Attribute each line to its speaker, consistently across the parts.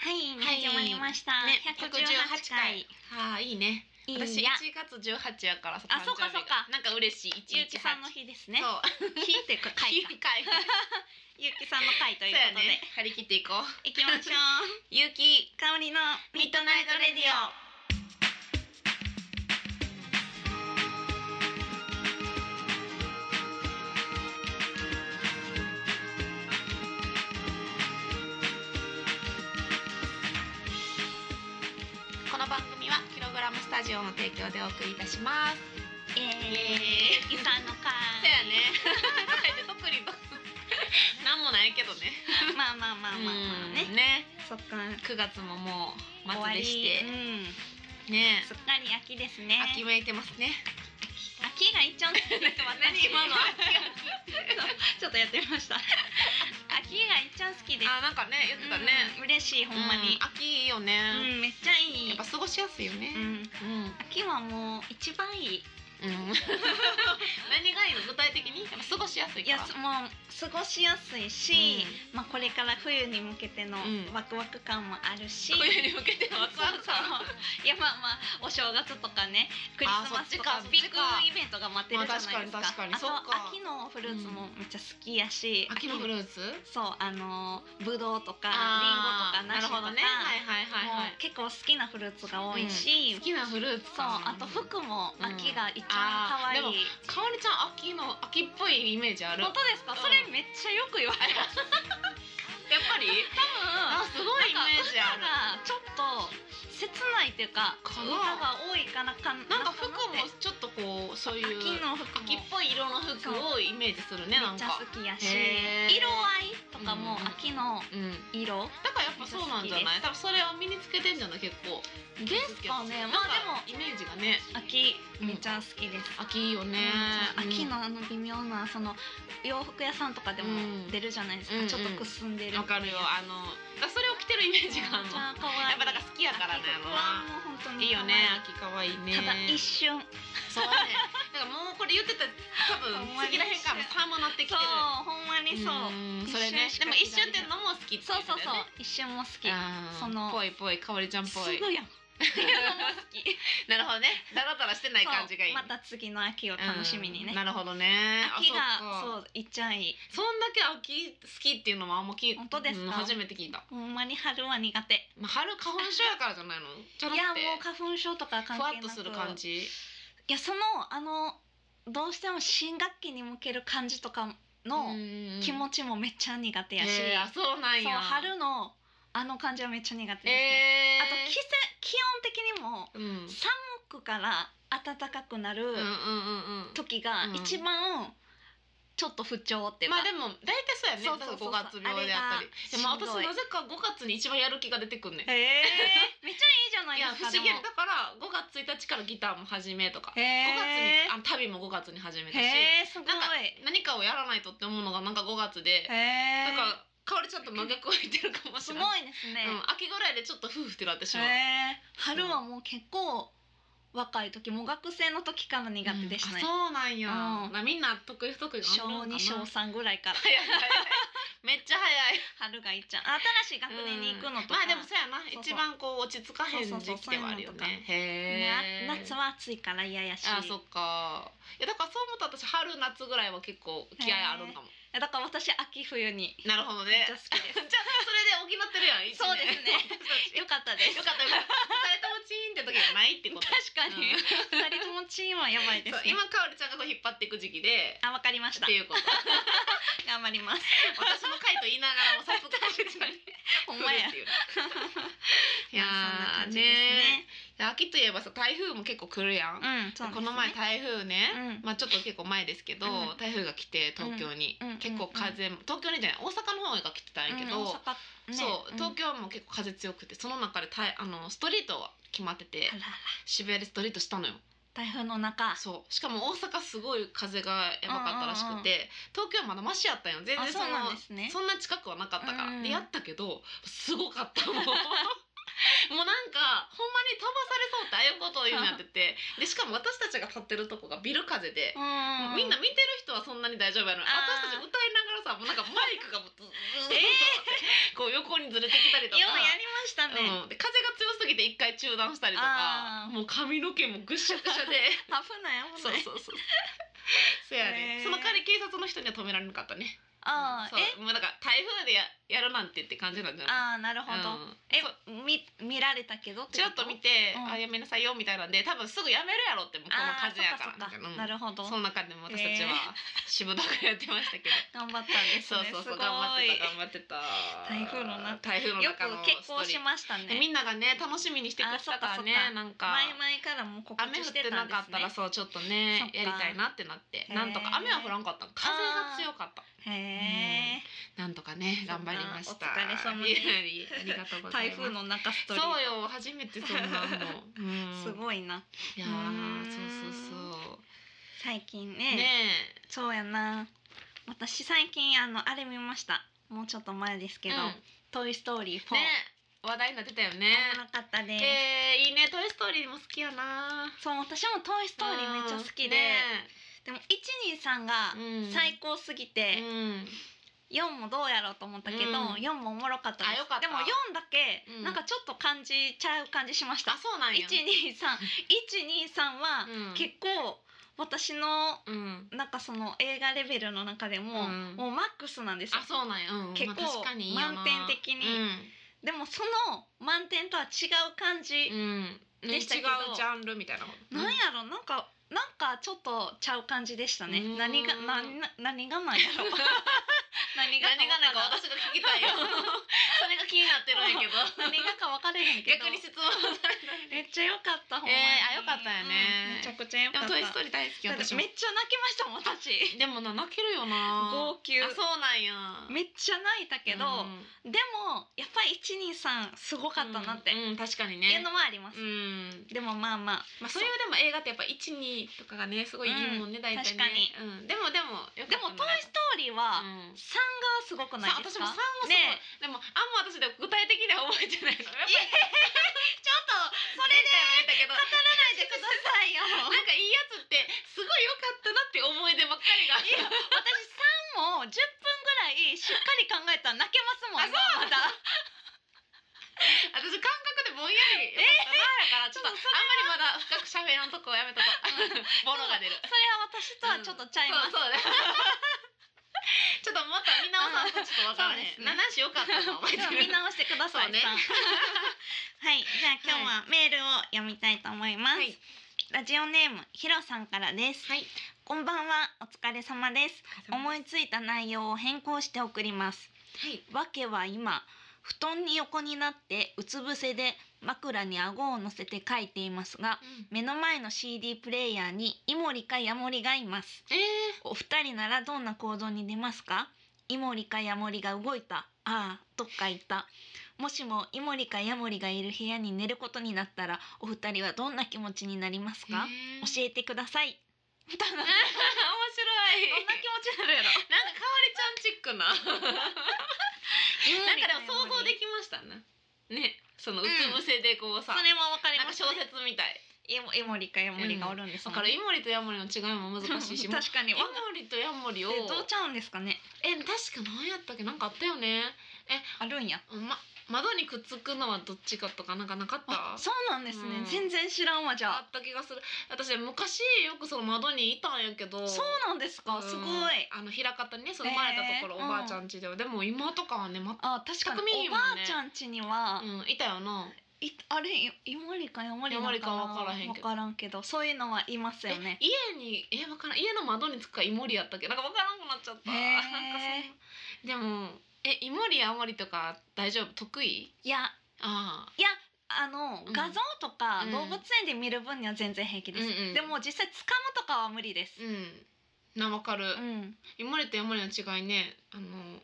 Speaker 1: 始まりました。
Speaker 2: ね
Speaker 1: 158
Speaker 2: 158
Speaker 1: 回
Speaker 2: 回。はあいいね
Speaker 1: いいや。
Speaker 2: 私1月18やからさ
Speaker 1: あそうかそ
Speaker 2: 誕生
Speaker 1: う
Speaker 2: 日
Speaker 1: か
Speaker 2: がなんか嬉しい
Speaker 1: ゆうきさんの
Speaker 2: 日
Speaker 1: 日ですね。
Speaker 2: そう
Speaker 1: 日って書いた。
Speaker 2: 日回
Speaker 1: ゆうきさんの回と
Speaker 2: そう
Speaker 1: いうこ
Speaker 2: や
Speaker 1: とで、
Speaker 2: ね張り切っていこう
Speaker 1: 行きましょ う。
Speaker 2: ゆうき
Speaker 1: 香りのミッドナイトレディオ。
Speaker 2: この番組はキログラムスタジオの提供でお送りいたします
Speaker 1: えー、ゆうきさんの回。
Speaker 2: そうやねとか言って特にど なんもないけどね
Speaker 1: まあまあまあまあまあね。
Speaker 2: ね
Speaker 1: そっか。
Speaker 2: 9月ももう
Speaker 1: 終わ
Speaker 2: 末
Speaker 1: り
Speaker 2: でして
Speaker 1: うん。
Speaker 2: ね
Speaker 1: すっかり秋ですね。
Speaker 2: 秋めいてますね
Speaker 1: 秋が一丁目です。私
Speaker 2: 何今の秋
Speaker 1: そうちょっとやってみました。 秋が一丁好きです。
Speaker 2: あなんかね言ってたね、
Speaker 1: うん。嬉しいほんまに
Speaker 2: う。秋いいよね、
Speaker 1: うん、めっちゃいい。
Speaker 2: やっぱ過ごしやすいよね
Speaker 1: うん、
Speaker 2: うん、うん
Speaker 1: 秋はもう一番いい
Speaker 2: 何がいいの具体的にやっぱ過ごしやすい
Speaker 1: い
Speaker 2: か
Speaker 1: や
Speaker 2: ら
Speaker 1: すもう過ごしやすいし、まあ、これから冬に向けての
Speaker 2: うん
Speaker 1: ワクワク感もあるし、
Speaker 2: 冬に向けてワクワク
Speaker 1: そう
Speaker 2: 感
Speaker 1: いやまあまあお正月とかねクリスマスと
Speaker 2: あ
Speaker 1: か
Speaker 2: そっちか
Speaker 1: ビッ
Speaker 2: そっち
Speaker 1: グ
Speaker 2: か
Speaker 1: イベントが待ってるじゃないですか,、
Speaker 2: まあ確かに確かにそ
Speaker 1: あ
Speaker 2: っ
Speaker 1: と
Speaker 2: か
Speaker 1: 秋のフルーツもめっちゃ好きやし、
Speaker 2: 秋のフルーツ
Speaker 1: そうあのブドウとか
Speaker 2: あ
Speaker 1: リンゴとか
Speaker 2: ー
Speaker 1: 梨とか、
Speaker 2: なるほどねはいはいはいは
Speaker 1: もう
Speaker 2: い
Speaker 1: 結構好きなフルーツが多いし、
Speaker 2: 好きなフルーツ
Speaker 1: そうあと服も秋が一番可
Speaker 2: あー
Speaker 1: 愛い、
Speaker 2: でもかおりちゃん秋の秋っぽいイメージあるや
Speaker 1: 本
Speaker 2: っ
Speaker 1: 当ですか、
Speaker 2: うん
Speaker 1: それめっちゃよく言われます
Speaker 2: ぱり
Speaker 1: 多分
Speaker 2: あすごいイメージある
Speaker 1: なんかちょっと切ないというか
Speaker 2: か
Speaker 1: 歌
Speaker 2: な
Speaker 1: が多いからかな
Speaker 2: なんか服も
Speaker 1: って
Speaker 2: ちょっとこうそういう
Speaker 1: 秋の服も
Speaker 2: 秋っぽい色の服をイメージするね
Speaker 1: めっ
Speaker 2: なん
Speaker 1: ちゃ
Speaker 2: か
Speaker 1: 好きやし
Speaker 2: へー
Speaker 1: 色合いとかも
Speaker 2: うんうん
Speaker 1: 秋の
Speaker 2: うん
Speaker 1: 色
Speaker 2: だからやっぱそうなんじゃない多分それを身につけてんじゃない結構
Speaker 1: ですかね
Speaker 2: なん
Speaker 1: まあで
Speaker 2: イ
Speaker 1: も
Speaker 2: メージがね
Speaker 1: 秋めっちゃ好きです、
Speaker 2: 秋いいよね
Speaker 1: うん秋のあの微妙なその洋服屋さんとかで
Speaker 2: う
Speaker 1: も
Speaker 2: ん
Speaker 1: 出るじゃないですか、
Speaker 2: うんうん
Speaker 1: ちょっとくすんで
Speaker 2: うん
Speaker 1: る
Speaker 2: わかるよあのだからそれを着てるイメージ
Speaker 1: めっち
Speaker 2: があ
Speaker 1: ゃ
Speaker 2: る
Speaker 1: 可
Speaker 2: の
Speaker 1: 愛い
Speaker 2: やっぱだから好きやからね
Speaker 1: 秋服はもう本当に可愛
Speaker 2: いいよね秋可愛いね
Speaker 1: ただ一瞬
Speaker 2: そうねだからもうこれ言ってたら多分
Speaker 1: ほんまに
Speaker 2: 次らへんからも寒なってきて
Speaker 1: そう
Speaker 2: る
Speaker 1: ほんまにそう、
Speaker 2: んそれね
Speaker 1: 一瞬しか
Speaker 2: でも一瞬ってのも好きってい
Speaker 1: そうそうそう
Speaker 2: う
Speaker 1: 一瞬も好きそ
Speaker 2: そ
Speaker 1: の
Speaker 2: のぽいぽいかおりちゃん
Speaker 1: す
Speaker 2: ぽい
Speaker 1: ぐ やんっていうのも好き
Speaker 2: なるほどねだらだらしてない感じがいい
Speaker 1: そうまた次の秋を楽しみに
Speaker 2: う
Speaker 1: ね
Speaker 2: んなるほどねあ
Speaker 1: 秋
Speaker 2: そっか
Speaker 1: がそういっちゃいい
Speaker 2: そんだけ秋好きっていうのもあんま聞い
Speaker 1: 本当ですか
Speaker 2: うん初めて聞いた、
Speaker 1: ほんまに春は苦手
Speaker 2: まあ、春花粉症やからじゃないのじゃ
Speaker 1: いや
Speaker 2: なくて
Speaker 1: もう花粉症とか関
Speaker 2: ふ
Speaker 1: 係な
Speaker 2: わ
Speaker 1: く
Speaker 2: っとする感じ
Speaker 1: いやそのあのどうしても新学期に向ける感じとかの気持
Speaker 2: ち
Speaker 1: ちもめっちゃ苦手やし、
Speaker 2: あそうなん
Speaker 1: そう
Speaker 2: や
Speaker 1: 春のあの感じはめっちゃ苦手ですね、
Speaker 2: えー、
Speaker 1: あと季節気温的にも
Speaker 2: うん、うん
Speaker 1: 寒くから暖かくなる
Speaker 2: うんうんうんうん
Speaker 1: 時が
Speaker 2: うん
Speaker 1: 一番ちょっと不調っていうか、
Speaker 2: まあでも大体そうやね
Speaker 1: そうそうそうそう
Speaker 2: だから五月病であったり
Speaker 1: あれが
Speaker 2: でも私
Speaker 1: しんどい
Speaker 2: なぜか5月に一番やる気が出てくんねん
Speaker 1: へえ めっちゃいいじゃない
Speaker 2: い
Speaker 1: です
Speaker 2: や不
Speaker 1: か
Speaker 2: 思議や
Speaker 1: でも
Speaker 2: だから5月1日からギターも始めとか5
Speaker 1: へ
Speaker 2: 月に
Speaker 1: ー
Speaker 2: あの旅も5月に始めたし
Speaker 1: へえすごい
Speaker 2: なんか何かをやらないとって思うのがなんか5月で
Speaker 1: へえ
Speaker 2: だからかおりちゃんと真逆を言ってるかもし
Speaker 1: す
Speaker 2: れ
Speaker 1: ご
Speaker 2: ない。
Speaker 1: いですね
Speaker 2: う、ん、秋ぐらいでちょっと夫婦ってなってしまう。
Speaker 1: へえ春はもう結構若い時もう学生の時から苦手でしたね
Speaker 2: うん、あそうなんや。
Speaker 1: うん
Speaker 2: なみんな得意不得意が
Speaker 1: 小
Speaker 2: あるのかな。
Speaker 1: 二小 三ぐらいから
Speaker 2: 早い早い。めっちゃ早
Speaker 1: 春がいっちゃう新しい学
Speaker 2: い。
Speaker 1: 年に行くのとか、
Speaker 2: まあでもそうやな。
Speaker 1: そうそう
Speaker 2: 一番こう落ち着かへん時期ではあるよ
Speaker 1: そうそうそうそういうの
Speaker 2: ね。へえ。
Speaker 1: な夏は暑いから嫌やし
Speaker 2: あそっか。いやだからそう思ったら私春夏ぐらいは結構気合いあるんかも。
Speaker 1: いやだから私秋冬に
Speaker 2: なるほど
Speaker 1: めっ
Speaker 2: ね。
Speaker 1: ち
Speaker 2: じ
Speaker 1: ゃ
Speaker 2: ゃ
Speaker 1: 好き
Speaker 2: あ
Speaker 1: で
Speaker 2: それで補ってるやん。一年
Speaker 1: そうですね。すよかったです
Speaker 2: よかったよかった。二人ともチーンって時じゃないってこと。
Speaker 1: 確かに、
Speaker 2: うん
Speaker 1: 二人ともチームはやばいです、
Speaker 2: そう
Speaker 1: ね、
Speaker 2: 今かおりちゃんがこう引っ張っていく時期で。
Speaker 1: あわかりました
Speaker 2: っていうこと。
Speaker 1: 頑張り ます
Speaker 2: 私の回と言いながらも早速かおりちゃ んに。
Speaker 1: ほんまや
Speaker 2: 来るっていういや
Speaker 1: まあそんな
Speaker 2: ー
Speaker 1: 感じです
Speaker 2: ね秋といえばさ台風も結構来るやん。
Speaker 1: ねうんそうですね
Speaker 2: この前台風ね。
Speaker 1: うん
Speaker 2: まあちょっと結構前ですけど、
Speaker 1: うん
Speaker 2: 台風が来て東京に、
Speaker 1: うんうん
Speaker 2: 結構風も東京にじゃない大阪の方が来てたんやけど、
Speaker 1: うん大阪ね
Speaker 2: そう東
Speaker 1: ん
Speaker 2: 京も結構風強くてその中でたいあのストリートは決まってて
Speaker 1: あらあら
Speaker 2: 渋谷でストリートしたのよ。
Speaker 1: 台風の中
Speaker 2: そうしかも大阪すごい風がやばかったらしくて東京はまだマシやったんよ全
Speaker 1: あ
Speaker 2: 然そ
Speaker 1: そうなん
Speaker 2: の
Speaker 1: ですね
Speaker 2: そんな近くはなかったから、
Speaker 1: うんうん
Speaker 2: でやったけどすごかったも うもうなんかほんまに飛ばされそうってああいうことを言うんやっててでしかも私たちが立ってるとこがビル風で、
Speaker 1: うん
Speaker 2: みんな見てる人はそんなに大丈夫やのに
Speaker 1: あ
Speaker 2: 私た
Speaker 1: ー
Speaker 2: ち歌 いながらさもうなんかマイクがもうずずずずずずずこう横にずれてきたりと
Speaker 1: よう
Speaker 2: か。
Speaker 1: やりまましたね、
Speaker 2: うん、で風が強すぎて一回中断したりと
Speaker 1: あ
Speaker 2: か
Speaker 1: ー
Speaker 2: もう髪の毛もぐっしゃぐしゃで
Speaker 1: 危ない危
Speaker 2: そう
Speaker 1: ない
Speaker 2: そうそう そや
Speaker 1: へ
Speaker 2: ね
Speaker 1: ー
Speaker 2: その代わり警察の人には止められなかったね
Speaker 1: ああ、
Speaker 2: うんそうもうだから台風でややるなんてって感じなんじゃ
Speaker 1: え
Speaker 2: ない
Speaker 1: ああなるほど、
Speaker 2: うん
Speaker 1: え
Speaker 2: そう
Speaker 1: み見られたけどって
Speaker 2: ちょっと見て、
Speaker 1: うん
Speaker 2: あやめなさいよみたいなんで多分すぐやめるやろってもうこの
Speaker 1: ああー
Speaker 2: 風やから
Speaker 1: そっかそっ
Speaker 2: うん
Speaker 1: かなるほど
Speaker 2: そんな感じで私たち
Speaker 1: へ
Speaker 2: はしぶとくやってましたけ ど、
Speaker 1: 頑張ったんです
Speaker 2: そう
Speaker 1: ね
Speaker 2: そうそう
Speaker 1: すごい
Speaker 2: 頑張ってた頑張ってた
Speaker 1: 台風の中
Speaker 2: 台風の
Speaker 1: よ
Speaker 2: 中の
Speaker 1: く結婚し
Speaker 2: ま
Speaker 1: ました
Speaker 2: み
Speaker 1: ね
Speaker 2: んながね楽しみにしてくれてたからね
Speaker 1: あそっかそっか
Speaker 2: なんか
Speaker 1: 前々からもう告
Speaker 2: 雨
Speaker 1: 知
Speaker 2: 降
Speaker 1: し
Speaker 2: って
Speaker 1: てた
Speaker 2: なん
Speaker 1: で
Speaker 2: かったら
Speaker 1: す
Speaker 2: そうちょっと
Speaker 1: そ
Speaker 2: ね
Speaker 1: っか
Speaker 2: やりたいなってなって
Speaker 1: へー
Speaker 2: なんとか雨は降らんかったの風が強かった
Speaker 1: ねへえ
Speaker 2: なんとかね
Speaker 1: そん
Speaker 2: 頑
Speaker 1: な
Speaker 2: 張りました
Speaker 1: お疲れ様です
Speaker 2: いやいやありがとうござい
Speaker 1: 台
Speaker 2: ます
Speaker 1: 風の中スト
Speaker 2: そう
Speaker 1: リート
Speaker 2: よ初めてそんなんの、うん、
Speaker 1: すごいない
Speaker 2: や
Speaker 1: う
Speaker 2: ー
Speaker 1: ん
Speaker 2: そうそう
Speaker 1: 最近
Speaker 2: そう
Speaker 1: ね
Speaker 2: ね
Speaker 1: そうやな私最近あのあれ見ましたもうちょっと前です
Speaker 2: え
Speaker 1: けど「
Speaker 2: うん
Speaker 1: トイ・ストーリー4」
Speaker 2: ね話題になってたよね
Speaker 1: おもろかったです、
Speaker 2: えー、いいね「トイ・ストーリー」も好きやな
Speaker 1: そう私も「トイ・ストーリー」めっちゃ好きで、でも123が
Speaker 2: うん
Speaker 1: 最高すぎて、
Speaker 2: ねうん
Speaker 1: 4もどうやろうと思ったけど、
Speaker 2: うん
Speaker 1: 4もおもろかったです
Speaker 2: あよかっ
Speaker 1: で
Speaker 2: た
Speaker 1: も4だけ
Speaker 2: うん
Speaker 1: なんかちょっと感じちゃう感じしました、
Speaker 2: あそうなんや
Speaker 1: 123123は
Speaker 2: うん
Speaker 1: 結構私の
Speaker 2: うん
Speaker 1: なんかその映画レベルの中でも、
Speaker 2: うん
Speaker 1: もうマックスなんですよ
Speaker 2: あそうなんや、うん、
Speaker 1: 結構
Speaker 2: まあ確かにいいよな
Speaker 1: 満点的に
Speaker 2: うん
Speaker 1: でもその満点とは違う感じ、
Speaker 2: うん、
Speaker 1: でしたけど
Speaker 2: 違うジャンルみたいなこと
Speaker 1: なんやろなんかなんかちょっとちゃう感じでしたね
Speaker 2: うーん
Speaker 1: 何が何何がなんやろ 何
Speaker 2: 何がなん
Speaker 1: わ
Speaker 2: か私が聞きたいよ それが気になってるんやけど
Speaker 1: らん何がか分かれへんけど
Speaker 2: 逆に質問された
Speaker 1: めっちゃ良かったほんまに、
Speaker 2: えーあ良かったよね
Speaker 1: うんめちゃくちゃ良
Speaker 2: で
Speaker 1: かった
Speaker 2: も「トイ・ストーリー」大好き
Speaker 1: だって
Speaker 2: 私
Speaker 1: め
Speaker 2: も
Speaker 1: っちゃ泣きましたもん私
Speaker 2: でもな泣けるよな
Speaker 1: 号泣
Speaker 2: あそうなんや
Speaker 1: めっちゃ泣いたけど、
Speaker 2: うん
Speaker 1: でもやっぱり123すごかったなって、
Speaker 2: うんうん確かに
Speaker 1: っていう
Speaker 2: ね
Speaker 1: のもあります、
Speaker 2: うん
Speaker 1: でもまあまあ
Speaker 2: まあそういうでも映画ってやっぱ12とかがねすごいいいもんね、大体
Speaker 1: 確
Speaker 2: ね
Speaker 1: かに
Speaker 2: うん、でもでもよ
Speaker 1: でも「トイ・ストーリー」
Speaker 2: は、
Speaker 1: は
Speaker 2: うん
Speaker 1: 3がすごくない
Speaker 2: さ
Speaker 1: です
Speaker 2: 私
Speaker 1: か
Speaker 2: も3はすごい、
Speaker 1: ね
Speaker 2: でもあんま私でも具体的には覚えてないのやっぱり
Speaker 1: ちょっとそれで
Speaker 2: 前回も言ったけど
Speaker 1: ないでくださいよ
Speaker 2: なんかいいやつってすごい良かったなって思い出ばっかりが
Speaker 1: いや私3も10分ぐらいしっかり考えたら泣けますもん
Speaker 2: あそう
Speaker 1: 今まだ
Speaker 2: 私感覚でぼんやり良かったなだからちょっとあん
Speaker 1: ちょっと
Speaker 2: まりまだ深く喋らんとこやめとこうボロが出る
Speaker 1: それは私とはちょっとちゃいます、
Speaker 2: そうそうだちょっとまた見直さんとちょっとわからへん
Speaker 1: うん
Speaker 2: 七種良かったの覚え
Speaker 1: でも
Speaker 2: て
Speaker 1: 見
Speaker 2: る
Speaker 1: 直してください
Speaker 2: そうね
Speaker 1: さん はいじゃあ今日はメールを読みたいと思います、
Speaker 2: はい
Speaker 1: ラジオネームひろさんからです
Speaker 2: はい
Speaker 1: こんばんはお疲れ様です思いついた内容を変更して送ります
Speaker 2: はい
Speaker 1: わけは今布団に横になってうつ伏せで枕に顎を乗せて書いていますが目の前の CD プレイヤーにイモリかヤモリがいます
Speaker 2: え
Speaker 1: お二人ならどんな行動に出ますかイモリかヤモリが動いたああどっか行ったもしもイモリかヤモリがいる部屋に寝ることになったらお二人はどんな気持ちになります
Speaker 2: ー
Speaker 1: か教
Speaker 2: え
Speaker 1: えてくださいどんな
Speaker 2: 面白い
Speaker 1: 気持ちになるやろ
Speaker 2: なんかかわりちゃんチックな なんかでも想像で
Speaker 1: き
Speaker 2: きましたなねそのうつ伏せでこう
Speaker 1: そ
Speaker 2: さ、
Speaker 1: れもわかり
Speaker 2: なん
Speaker 1: ま
Speaker 2: か
Speaker 1: す
Speaker 2: 小説みたい
Speaker 1: イモイモリかヤモリがおるんです
Speaker 2: だ
Speaker 1: もん
Speaker 2: からイモリとヤモリの違いも難しいし もう
Speaker 1: 確かに
Speaker 2: イ
Speaker 1: わか
Speaker 2: モリとヤモリを
Speaker 1: えどうちゃうんですかね
Speaker 2: え確か何やったっけなんかあったよね
Speaker 1: あるんや
Speaker 2: ま窓にくっつくのはどっちかとかなんかなかった
Speaker 1: あ
Speaker 2: あ
Speaker 1: そうなんですね、
Speaker 2: うん
Speaker 1: 全然知らんわじゃあ
Speaker 2: った気がする私昔よくその窓にいたんやけど
Speaker 1: そうなんです
Speaker 2: う
Speaker 1: か
Speaker 2: ん
Speaker 1: すごい
Speaker 2: あの平方にねその生まれたところ、
Speaker 1: えー
Speaker 2: おばあちゃん家では、でも今とかはねま
Speaker 1: あ確かに
Speaker 2: 巧みいい
Speaker 1: お
Speaker 2: もん
Speaker 1: ば
Speaker 2: ね
Speaker 1: あちゃん家には、
Speaker 2: うんいたよない
Speaker 1: あれいイモリかヤモリなの
Speaker 2: イモリかわからへん
Speaker 1: わ
Speaker 2: けど
Speaker 1: からんけどそういうのはいますよね
Speaker 2: え家にえわからん家の窓につくかイモリやったっけなんかわからんくなっちゃった、
Speaker 1: へー
Speaker 2: なんかそんなでもえイモリヤモリとか大丈夫得意
Speaker 1: いや
Speaker 2: ああ
Speaker 1: あの、
Speaker 2: うん
Speaker 1: 画像とか
Speaker 2: うん
Speaker 1: 動物園で見る分には全然平気です、
Speaker 2: うんうん
Speaker 1: でも実際掴むとかは無理です、
Speaker 2: うんなわかる、
Speaker 1: うん
Speaker 2: イモリとヤモリの違いねあの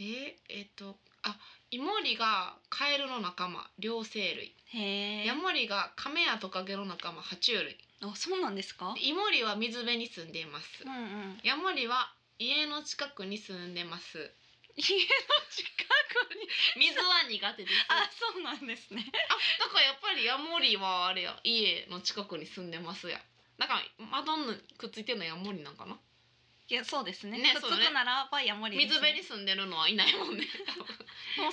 Speaker 2: えーえっとあイモリがカエルの仲間両生類
Speaker 1: へえ
Speaker 2: ヤモリがカメやトカゲの仲間爬虫類
Speaker 1: あそうなんですか
Speaker 2: イモリは水辺に住んでいます
Speaker 1: うんうん
Speaker 2: ヤモリは家の近くに住んでます
Speaker 1: 家の近くに
Speaker 2: 水は苦手です
Speaker 1: あそうなんですね
Speaker 2: あだからやっぱりヤモリはあれや家の近くに住んでますやだから窓にくっついてるのはヤモリなんかない
Speaker 1: やそうですね
Speaker 2: ね
Speaker 1: くっつ
Speaker 2: そうね
Speaker 1: くならばヤモリです
Speaker 2: 水
Speaker 1: ね
Speaker 2: 辺に住んでるのはいないもん
Speaker 1: もうそ
Speaker 2: ね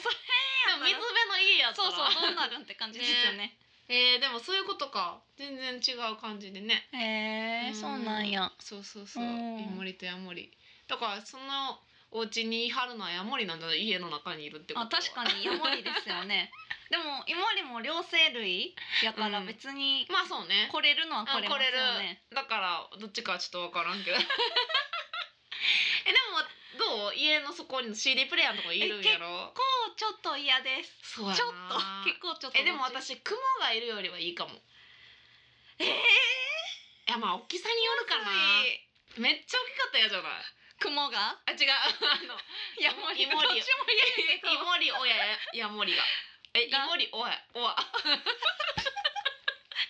Speaker 1: れ
Speaker 2: でも水辺の家やった
Speaker 1: そう
Speaker 2: ら
Speaker 1: そうどうなるんって感じですよね
Speaker 2: えー、でもそういうことか全然違う感じでね
Speaker 1: へえ
Speaker 2: ん
Speaker 1: そうなんや
Speaker 2: そうそうそう
Speaker 1: うん
Speaker 2: ヤモリとヤモリだからそのお家にいはるのはヤモリなんだ家の中にいるってこと
Speaker 1: あ確か
Speaker 2: に
Speaker 1: にヤモリですよね でもイモリも両生類やから
Speaker 2: うん
Speaker 1: 別に
Speaker 2: まあそうね
Speaker 1: 来れるのは来れますよね、
Speaker 2: だからどっちかはちょっと分からんけど えでもどう家のそこに CD プレイヤーのとこいるんやろ
Speaker 1: こうちょっと嫌です
Speaker 2: そう
Speaker 1: ちょ
Speaker 2: や
Speaker 1: っ
Speaker 2: な
Speaker 1: と結構ちょっと
Speaker 2: えでも私雲がいるよりはいいかも
Speaker 1: えー
Speaker 2: いやまあ大きさによるかなめっちゃ大きかったやじゃない
Speaker 1: 雲が
Speaker 2: あ違うあの
Speaker 1: ヤモリ
Speaker 2: イモリ
Speaker 1: どっちも嫌やけど
Speaker 2: イモリオヤヤヤモリが。え、イ
Speaker 1: が
Speaker 2: モリオヤオア。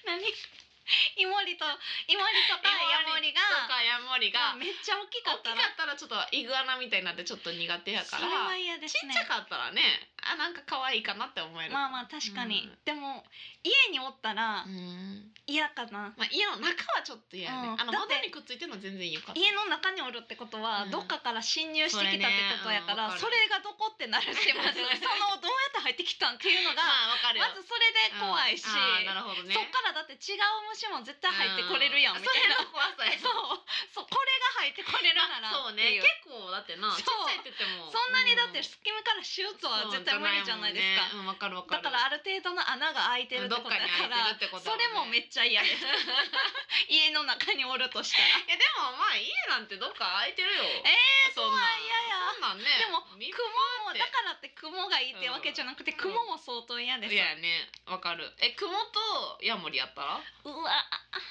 Speaker 1: 何イモリとイモリとかヤモリが
Speaker 2: とかヤモリが。
Speaker 1: めっちゃ大きかっ
Speaker 2: 大きか
Speaker 1: たら
Speaker 2: ったらちょっとイグアナみたいになってちょっと苦手やか
Speaker 1: それは
Speaker 2: ら。
Speaker 1: 嫌です
Speaker 2: ちっ
Speaker 1: ね
Speaker 2: ちゃかったらね、あなんか可愛いかなって思える。
Speaker 1: まあまあ確かに、
Speaker 2: うん
Speaker 1: でも家におったら
Speaker 2: うん。
Speaker 1: 嫌かな、
Speaker 2: まあ家の中はちょっと嫌やね
Speaker 1: う。ん
Speaker 2: あの
Speaker 1: だって
Speaker 2: 窓にくっついてるのは全然良かった。
Speaker 1: 家の中におるってことは、
Speaker 2: うん
Speaker 1: どっかから侵入してきたってことやからそ
Speaker 2: そ
Speaker 1: れ,、
Speaker 2: れ
Speaker 1: がどこってなるし まずそのどうやって入ってきたんっていうのが、
Speaker 2: まあわかるよ。
Speaker 1: まずそれで怖いし、
Speaker 2: うんあーなるほどね。
Speaker 1: そっからだって違う虫も絶対入ってこれるやん
Speaker 2: う
Speaker 1: みたいな、
Speaker 2: それの怖さ や。
Speaker 1: そうそうこれが入ってこれるなら
Speaker 2: そう
Speaker 1: ってい
Speaker 2: ね。
Speaker 1: う
Speaker 2: 結構だって
Speaker 1: そ
Speaker 2: な。
Speaker 1: う
Speaker 2: ちっちゃいって言っても。
Speaker 1: そんなにだっ
Speaker 2: う
Speaker 1: て
Speaker 2: ん
Speaker 1: 隙間からシュートは絶対無理じゃないですか。
Speaker 2: そうじゃないもんねうん、わかるわか
Speaker 1: だ
Speaker 2: る。
Speaker 1: からある程度の穴が開いてるってことだから
Speaker 2: どっかに開いてるってこと
Speaker 1: そ
Speaker 2: だね
Speaker 1: れもめっちゃ嫌です 家の中におるとしたら
Speaker 2: いやでもまあ家なんてどっか空いてるよ。
Speaker 1: え
Speaker 2: えそんなん
Speaker 1: 怖い嫌や
Speaker 2: そんなんね。
Speaker 1: でも
Speaker 2: み
Speaker 1: 雲もだからって雲がいいってわけじゃなくて
Speaker 2: うん
Speaker 1: 雲も相当嫌です
Speaker 2: いやねわかる。え雲とヤモリやったら？
Speaker 1: うわ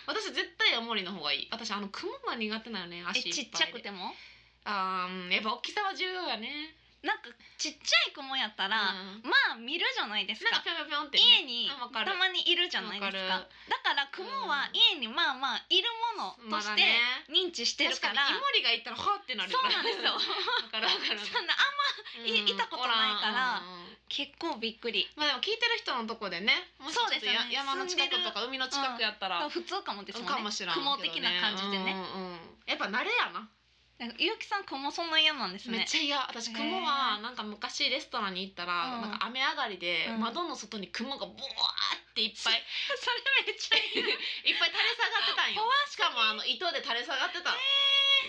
Speaker 2: 私絶対ヤモリの方がいい。私あの雲が苦手なのね
Speaker 1: え
Speaker 2: 足いっぱい
Speaker 1: ちっちゃくて
Speaker 2: も。
Speaker 1: も
Speaker 2: あーうんやっぱ大きさは重要やね。
Speaker 1: なんかちっちゃい雲やったら、
Speaker 2: うん
Speaker 1: まあ見るじゃないです
Speaker 2: なんか
Speaker 1: か
Speaker 2: ぴょんぴょんって、ね。
Speaker 1: 家に
Speaker 2: うんわか
Speaker 1: た
Speaker 2: る
Speaker 1: まにいるじゃないですか
Speaker 2: わ
Speaker 1: だ
Speaker 2: か
Speaker 1: か
Speaker 2: る
Speaker 1: ら雲は家にまあまあいるものとして認知してる
Speaker 2: 確
Speaker 1: か
Speaker 2: かに
Speaker 1: ら、
Speaker 2: ヤモリがいたらはーってなるよ
Speaker 1: そうなんですよ
Speaker 2: わ かるわかる。
Speaker 1: そんなあ いいたことないから
Speaker 2: うんおらんうんうん
Speaker 1: 結構びっくり
Speaker 2: まあでも聞いてる人のとこでね、もしちょっと
Speaker 1: そうですよね
Speaker 2: や山の近くとか海の近くやったら、
Speaker 1: 普通かもですもんね
Speaker 2: かもしれんけどね
Speaker 1: 雲的な感じでね、
Speaker 2: うんうんうんやっぱ慣れやな、
Speaker 1: なんかゆうきさん雲そんな嫌なんです
Speaker 2: め
Speaker 1: ね
Speaker 2: っちゃ嫌私
Speaker 1: へー
Speaker 2: 雲はなんか昔レストランに行ったら、
Speaker 1: うん
Speaker 2: なんか雨上がりで
Speaker 1: うん
Speaker 2: 窓の外に雲がボワーっていっぱい、
Speaker 1: それめっちゃ嫌
Speaker 2: いっぱい垂れ下がってたんよ
Speaker 1: 怖
Speaker 2: しかもあの糸で垂れ下がってた、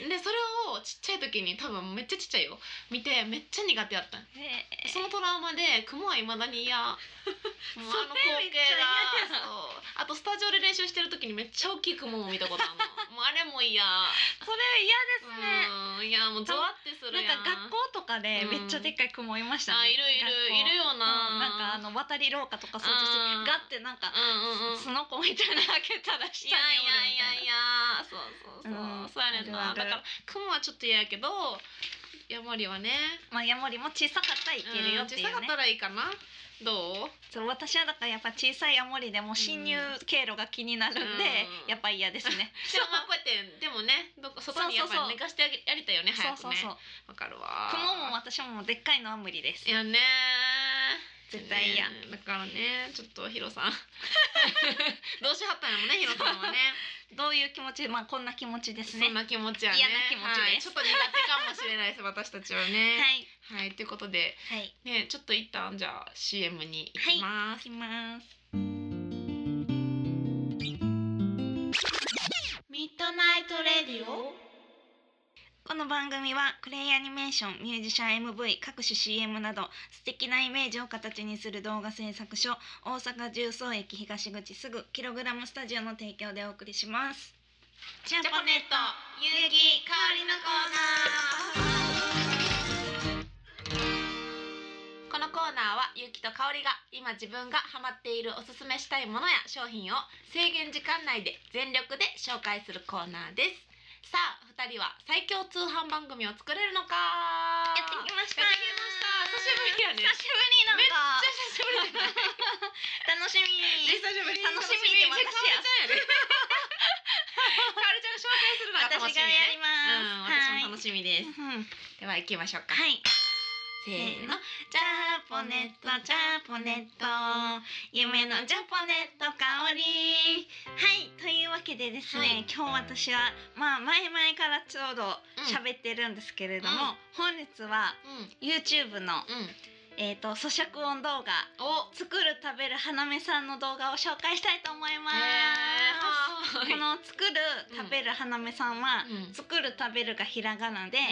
Speaker 2: でそれをちっちゃい時に多分めっちゃちっちゃいよ見てめっちゃ苦手やったん
Speaker 1: えー
Speaker 2: そのトラウマで雲はいまだに嫌もう
Speaker 1: それめっちゃ嫌
Speaker 2: あの光景が そうあとスタジオで練習してる時にめっちゃ大きい雲を見たことある のもうあれも嫌
Speaker 1: それ嫌ですね
Speaker 2: うんいやもうゾワってする
Speaker 1: な
Speaker 2: や
Speaker 1: ん
Speaker 2: ん
Speaker 1: か学校とかでめっちゃでっかい雲いました
Speaker 2: あ
Speaker 1: ね、
Speaker 2: いるいるいる
Speaker 1: よ
Speaker 2: よな、
Speaker 1: なんかあの渡り廊下とか掃除して
Speaker 2: うん
Speaker 1: ガッてなんか、
Speaker 2: うんうんうん
Speaker 1: その子みたいなの開けたら
Speaker 2: い
Speaker 1: 下に
Speaker 2: や
Speaker 1: おる
Speaker 2: い
Speaker 1: みた
Speaker 2: やいや
Speaker 1: いない
Speaker 2: やそうそうそう、
Speaker 1: うん
Speaker 2: そうやねんな
Speaker 1: あるあ
Speaker 2: だ
Speaker 1: る
Speaker 2: から雲はちょっと嫌やけどヤモリはね
Speaker 1: まあヤモリも小さかったらいけるよっていう
Speaker 2: うん小さかっ
Speaker 1: ね
Speaker 2: たらいいかなどう
Speaker 1: そう私はだからやっぱ小さいヤモリでも侵入経路が気になるんで、
Speaker 2: うん
Speaker 1: やっぱ嫌ですね、
Speaker 2: でもまあこうやってでもねどこ外にやっぱり寝かしてあげやりたいよね
Speaker 1: そう
Speaker 2: 早く
Speaker 1: そう
Speaker 2: ね
Speaker 1: そう
Speaker 2: わかるわ
Speaker 1: 雲も私ももうでっかいのは無理です
Speaker 2: いやね
Speaker 1: 絶対嫌
Speaker 2: ねだからねちょっとヒロ さんどうしはったんやろねヒロさんはね
Speaker 1: どういう気持ちまあこんな気持ちですね
Speaker 2: そんな気持ちやね
Speaker 1: 嫌な気持ちです
Speaker 2: はい、ちょっと苦手かもしれないです私たちは
Speaker 1: は
Speaker 2: ね
Speaker 1: い
Speaker 2: はい、ということで
Speaker 1: はい
Speaker 2: ねちょっと一旦じゃあ CM に行きま
Speaker 1: い
Speaker 2: す、
Speaker 1: きます
Speaker 2: ミッドナイトレディオ
Speaker 1: この番組はクレイアニメーションミュージシャン MV 各種 CM など素敵なイメージを形にする動画制作所大阪重曹駅東口すぐキログラムスタジオの提供でお送りしますジャ
Speaker 2: ジャ
Speaker 1: パ
Speaker 2: パネ
Speaker 1: ネ
Speaker 2: ッ
Speaker 1: ッ
Speaker 2: ト
Speaker 1: ト
Speaker 2: ゆうきかおりのコーナーこのコーナーはゆうきとかおりが今自分がハマっているおすすめしたいものや商品を制限時間内で全力で紹介するコーナーですさあ二人は最強通販番組を作れるのか
Speaker 1: やってきました
Speaker 2: やってきました久しぶりやね
Speaker 1: 久しぶりなんか
Speaker 2: めっちゃ久しぶりじゃない
Speaker 1: 楽しみ
Speaker 2: 久しぶり
Speaker 1: 楽しみって私や
Speaker 2: カオルちゃんが紹介するのが楽
Speaker 1: 私
Speaker 2: しみ
Speaker 1: がやり
Speaker 2: ね
Speaker 1: ます、はいう
Speaker 2: うん私も楽しみです
Speaker 1: ん
Speaker 2: では行きましょうか。
Speaker 1: はい
Speaker 2: せ
Speaker 1: ー
Speaker 2: ー
Speaker 1: の
Speaker 2: の。
Speaker 1: ジャポネットジャポネット夢のジャポネット香りはいというわけでですね、
Speaker 2: はい
Speaker 1: 今日私はまあ前々からちょうど喋ってるんですけれども、本日は
Speaker 2: うん。
Speaker 1: YouTube の、
Speaker 2: うん。
Speaker 1: えー、と咀嚼音動画
Speaker 2: お
Speaker 1: 作る食べる花芽さんの動画を紹介したいと思います、
Speaker 2: えー、
Speaker 1: この作る食べる花芽さんは、
Speaker 2: うん
Speaker 1: 作る食べるがひらがなで、
Speaker 2: うん